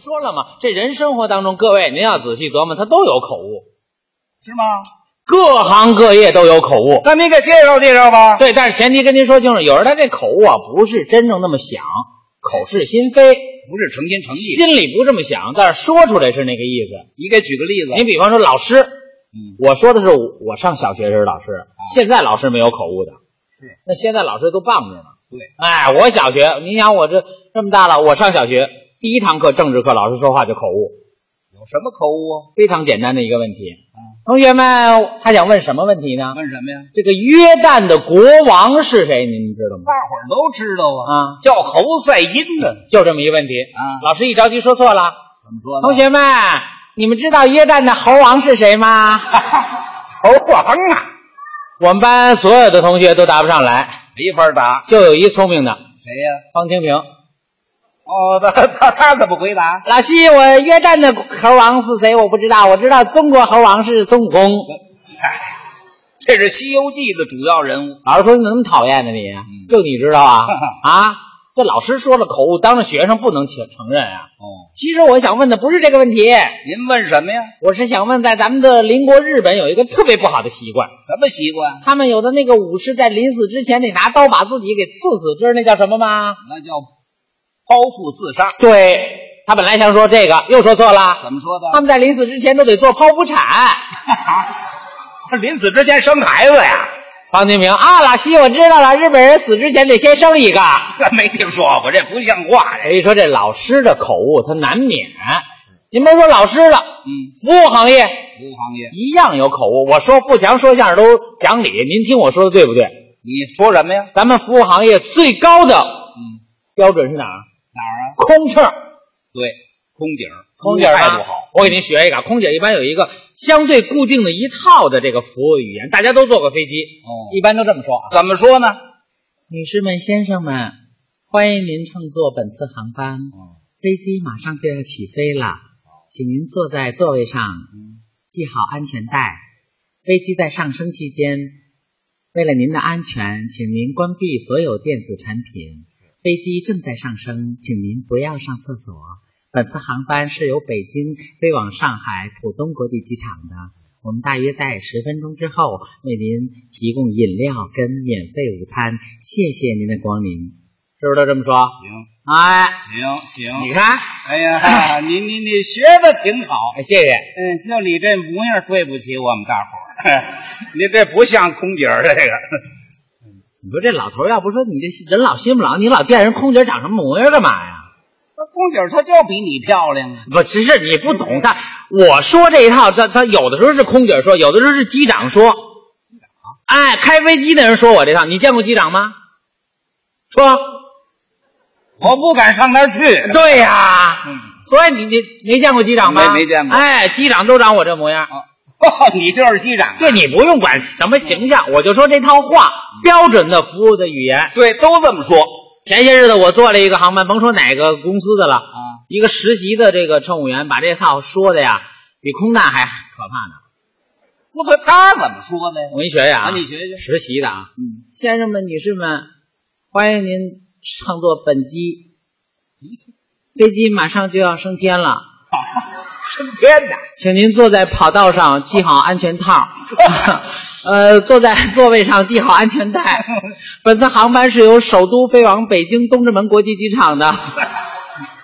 说了吗？这人生活当中，各位您要仔细琢磨，他都有口误，是吗？各行各业都有口误。那您给介绍介绍吧。对，但是前提跟您说清楚，有人他这口误啊，不是真正那么想，口是心非，不是成心成意，心里不这么想，但是说出来是那个意思。你给举个你例子。比方说老师，嗯，啊我说的是我我上小学时的老师，现在老师没有口误的，是那现在老师都棒着呢。对，哎，我小学，你想我这这么大了，我上小学第一堂课政治课，老师说话就口误，有什么口误啊？非常简单的一个问题。嗯同学们，他想问什么问题呢？问什么呀？这个约旦的国王是谁？您知道吗？大伙儿都知道啊，啊，叫侯赛因呢。就这么一个问题啊老师一着急说错了，怎么说呢？同学们，你们知道约旦的猴王是谁吗？ 侯王啊，我们班所有的同学都答不上来，没法答。就有一聪明的谁呀、方清平。哦，他他他怎么回答？老西，我约旦的猴王是谁？我不知道，我知道中国猴王是孙悟空。嗨，这是《西游记》的主要人物。老师说你怎么讨厌呢你？就你知道啊啊！这老师说了口误，当着学生不能承承认啊。哦，其实我想问的不是这个问题，您问什么呀？我是想问，在咱们的邻国日本有一个特别不好的习惯，什么习惯？他们有的那个武士在临死之前得拿刀把自己给刺死，知道那叫什么吗？那叫剖腹自杀。对他本来想说这个，又说错了。怎么说他的？们在临死之前都得做剖腹产。 临死之前生孩子呀？ 方清平啊，老西，我知道了，日本人死之前得先生一个。没听说过，这不像话呀！所哎以说这老师的口误，他难免。您甭说老师了，嗯，服务行业服务行业，一样有口误。我说富强说相声都讲理，您听我说的对不对？你说什么呀？咱们服务行业最高的嗯，标准是哪儿？哪儿啊？空乘，对，空姐儿，空姐儿态度吗好。我给您学一个，空姐一般有一个相对固定的一套的这个服务语言，大家都坐过飞机，哦，一般都这么说啊。怎么说呢？女士们、先生们，欢迎您乘坐本次航班。嗯飞机马上就要起飞了，请您坐在座位上，嗯，系好安全带。飞机在上升期间，为了您的安全，请您关闭所有电子产品。飞机正在上升，请您不要上厕所。本次航班是由北京飞往上海浦东国际机场的，我们大约在十分钟之后为您提供饮料跟免费午餐。谢谢您的光临，是不是都这么说？行哎，行行你，看，哎呀， 你你你学的挺好。哎谢谢。嗯，就你这模样，对不起我们大伙儿。 你这不像空姐儿，这个你说这老头儿要不说你这人老心不老，你老惦人空姐长什么模样干嘛呀？空姐儿她就比你漂亮啊。不，只是你不懂他。我说这一套，他他有的时候是空姐说，有的时候是机长说。哎，开飞机的人说我这套，你见过机长吗？说我不敢上那儿去。对呀、嗯，所以你你没见过机长吗？没没见过哎，机长都长我这模样。哦，你就是机长啊。对你不用管什么形象，我就说这套话，标准的服务的语言。对，都这么说前些日子我做了一个航班，甭说哪个公司的了，啊。一个实习的这个乘务员把这套说的呀，比空难还可怕呢。不可他怎么说的呀我？给你学学啊，啊你学学 实习的啊，嗯，先生们、女士们，欢迎您乘坐本机，飞机马上就要升天了，升天的，请您坐在跑道上系好安全套，呃，坐在座位上系好安全 带。本次航班是由首都飞往北京东直门国际机场的。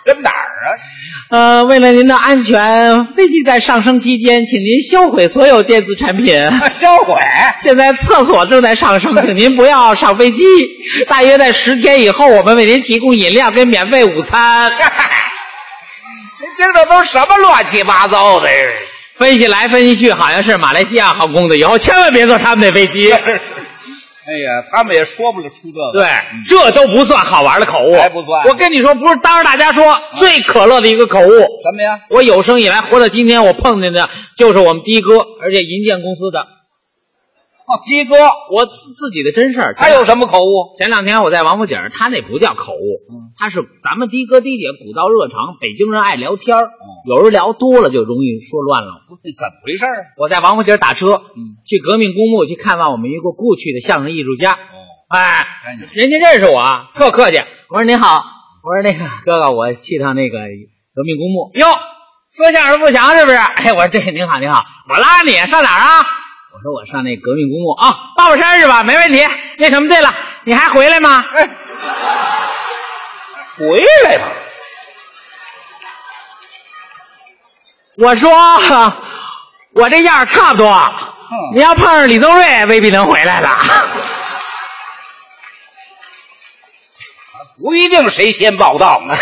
跟哪儿啊？呃，为了您的安全，飞机在上升期间，请您销毁所有电子产品。销毁。现在厕所正在上升，请您不要上飞机。大约在十天以后，我们为您提供饮料跟免费午餐。您今儿这都什么乱七八糟的呀？分析来分析去，好像是马来西亚航空的，以后千万别坐他们那飞机。哎呀，他们也说不了出这个。对，这都不算好玩的口误，还不算我跟你说，不是当着大家说最可乐的一个口误。什么呀？我有生以来活到今天，我碰见的就是我们的哥，而且银建公司的，哦，鸡哥，我自自己的真事儿。他有什么口误？前两天我在王府井，他那不叫口误，嗯他是咱们的哥的姐古道热肠，北京人爱聊天儿嗯，有时候聊多了就容易说乱了。不是怎么回事儿啊？我在王府井打车，嗯去革命公墓去看望我们一个故去的相声艺术家，哦，哎，赶紧。人家认识我，啊，特客气。我说您好，我说那个哥哥，我去趟那个革命公墓。哟，说相声不详是不是？哎，我说对，您好您好，我拉你上哪儿啊？我说我上那革命公墓啊，八宝山是吧？没问题。那什么，对了，你还回来吗？回来吧，我说我这样儿差不多，你要碰上李宗瑞，未必能回来了。 不一定谁先报道呢。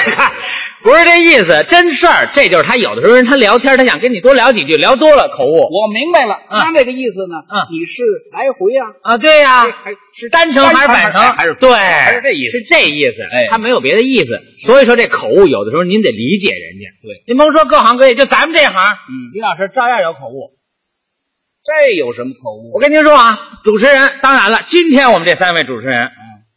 不是这意思，真事儿，这就是他有的时候人他聊天，他想跟你多聊几句，聊多了口误我明白了，他那个意思呢，嗯你是来回呀、啊，对呀、还是单程还是反程？还是对，还是这意思是这意思。哎他没有别的意思，所以说这口误有的时候您得理解人家。对，您甭说各行各业，就咱们这行，嗯李老师照样有口误。这有什么错误？我跟您说啊，主持人，当然了，今天我们这三位主持人，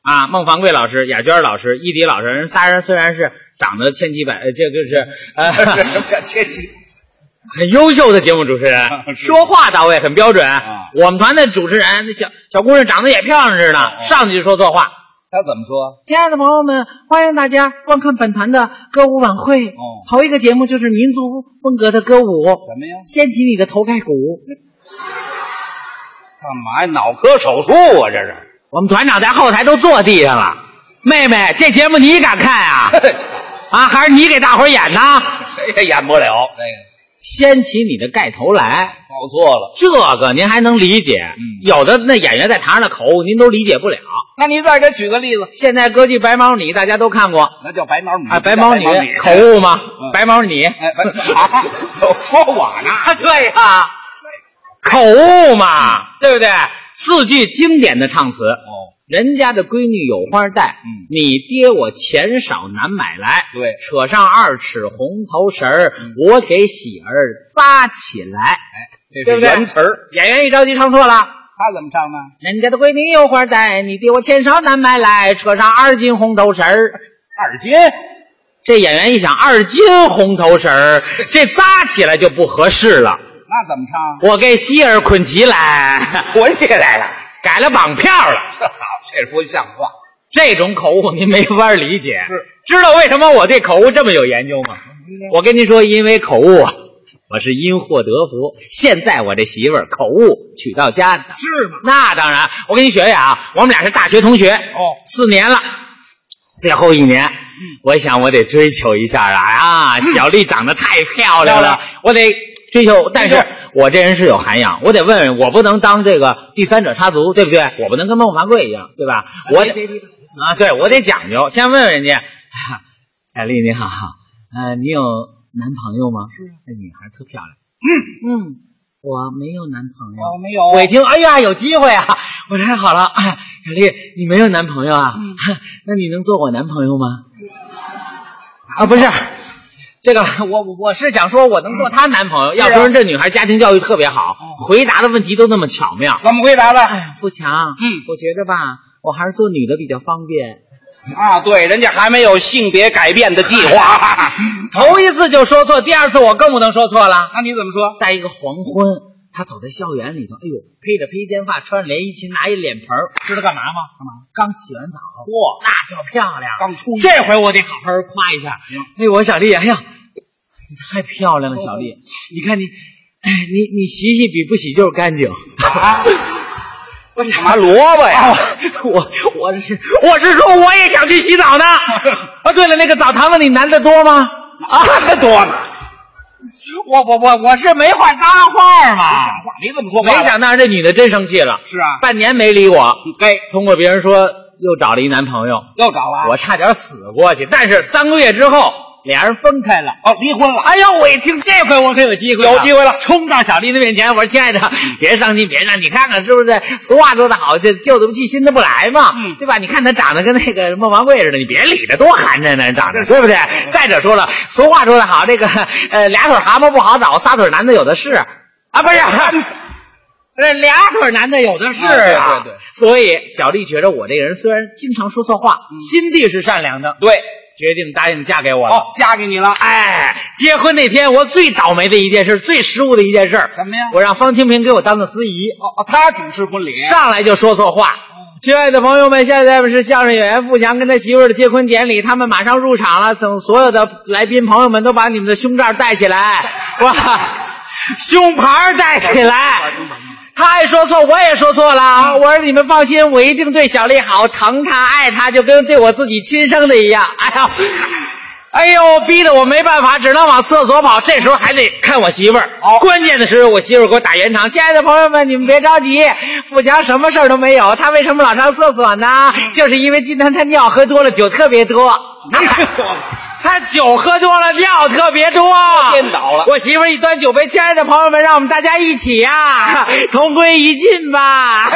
啊，孟凡贵老师、雅娟老师、一迪老师，人仨人虽然是长得千奇百，呃，这就是这呃 什么叫千金？很优秀的节目主持人，啊是说话到位，很标准。啊我们团的主持人，那小小姑娘长得也漂亮着呢，哦上去就说错话。他怎么说？亲爱的朋友们，欢迎大家观看本团的歌舞晚会。哦头一个节目就是民族风格的歌舞，怎么呀？掀起你的头盖骨。干嘛呀？脑科手术啊，这是？我们团长在后台都坐地上了。妹妹，这节目你敢看 啊？啊，还是你给大伙儿演呢？谁也演不了。这个掀起你的盖头来，报错了。这个您还能理解。有的那演员在台上的口误，您都理解不了。那您再给举个例子，现在歌剧《白毛女》大家都看过啊，那叫白毛女白毛女嗯口哎，误吗？白毛女，白啊， 说我呢？啊，对呀、口误嘛，对不对？四句经典的唱词，哦，人家的闺女有花戴，嗯你爹我钱少难买来，对扯上二尺红头绳儿，我给喜儿扎起来。这是原词儿，演员一着急唱错了。他怎么唱呢？人家的闺女有花戴，你爹我钱少难买来，扯上二斤红头绳儿。二斤，这演员一想，二斤红头绳儿，这扎起来就不合适了。那怎么唱？啊我给喜儿捆起来，滚起来了！改了绑票了。这好，这不像话。这种口误您没法理解。是，嗯知道为什么我对口误这么有研究吗？我跟您说，因为口误啊，我是因祸得福。现在我这媳妇儿口误娶到家的，是吗？那当然，我跟您学学啊，我们俩是大学同学，哦，四年了，嗯最后一年。我想我得追求一下啊！啊，小丽长得太漂亮了漂亮，我得追求。但是对我这人是有涵养，我得问问，我不能当这个第三者插足，对不对？我不能跟孟凡贵一样，对吧？我得哎别别别啊，对我得讲究，先问问人家。啊小丽你好，呃，你有男朋友吗？是，这女孩特漂亮。嗯嗯，我没有男朋友。我没有。我一听，哎呀，有机会啊！ 我说太好了， 哎，小丽，你没有男朋友啊？ 那你能做我男朋友吗？啊，不是，这个我我我是想说，我能做她男朋友。要是啊说人这女孩家庭教育特别好，回答的问题都那么巧妙。怎么回答的？哎，富强，嗯，我觉着吧，我还是做女的比较方便。啊，对，人家还没有性别改变的计 划。头一次就说错，第二次我更不能说错了。那你怎么说？在一个黄昏，他走在校园里头，哎呦，披着披肩发，穿着连衣裙，拿一脸盆儿，知道干嘛吗？干嘛？刚洗完澡，嚯，那叫漂亮。刚出这回我得好好夸一下行，哎，我小丽，哎呀，你太漂亮了，小丽，你看你，哎，你你洗洗比不洗就是干净。 啊，我是干嘛萝卜呀？我我是我是说我也想去洗澡呢。啊，对了，那个澡堂子里男的多吗？啊，那多 呢。我我我我是没话搭话没嘛想话，没这么说话没吧。想到这女的真生气了，是啊，嗯半年没理我，该通过别人说又找了一男朋友，又找了。我差点死过去。但是三个月之后，俩人分开了。哦，离婚了。啊哎呦，我一听这回我可有机会了，有机会了冲到小丽的面前，我说：“亲爱的，别伤心，别伤心，你看看是不是？俗话说得好，就旧的不去，新的不来嘛，嗯对吧？你看他长得跟那个孟凡贵似的，你别理他，多寒碜呢，人长得，对不对？再者说了，俗话说得好，这个呃，俩腿蛤蟆不好找，仨腿男的有的是啊，不是。”这俩腿男的有的是啊对对对所以小丽觉得我这个人虽然经常说错话，嗯心地是善良的，对，决定答应嫁给我了。好，嫁给你了。哎，结婚那天我最倒霉的一件事，最失误的一件事，什么呀我让方清平给我当的司仪，哦，哦他主持婚礼。上来就说错话，亲爱的朋友们，现在是相声演员付强跟他媳妇儿的结婚典礼，他们马上入场了。等所有的来宾朋友们都把你们的胸罩戴起来，哇，胸牌戴起来。 他也说错，我也说错了。啊我说你们放心，我一定对小丽好，疼她、爱她，就跟对我自己亲生的一样。哎呀， 哎呦，逼得我没办法，只能往厕所跑。这时候还得看我媳妇儿。关键的时候，我媳妇儿给我打圆场。亲爱的朋友们，你们别着急，富强什么事儿都没有。他为什么老上厕所呢？就是因为今天他尿喝多了，酒特别多。他酒喝多了，尿特别多，颠倒了我媳妇儿一端酒杯，亲爱的朋友们，让我们大家一起呀、同归于尽吧。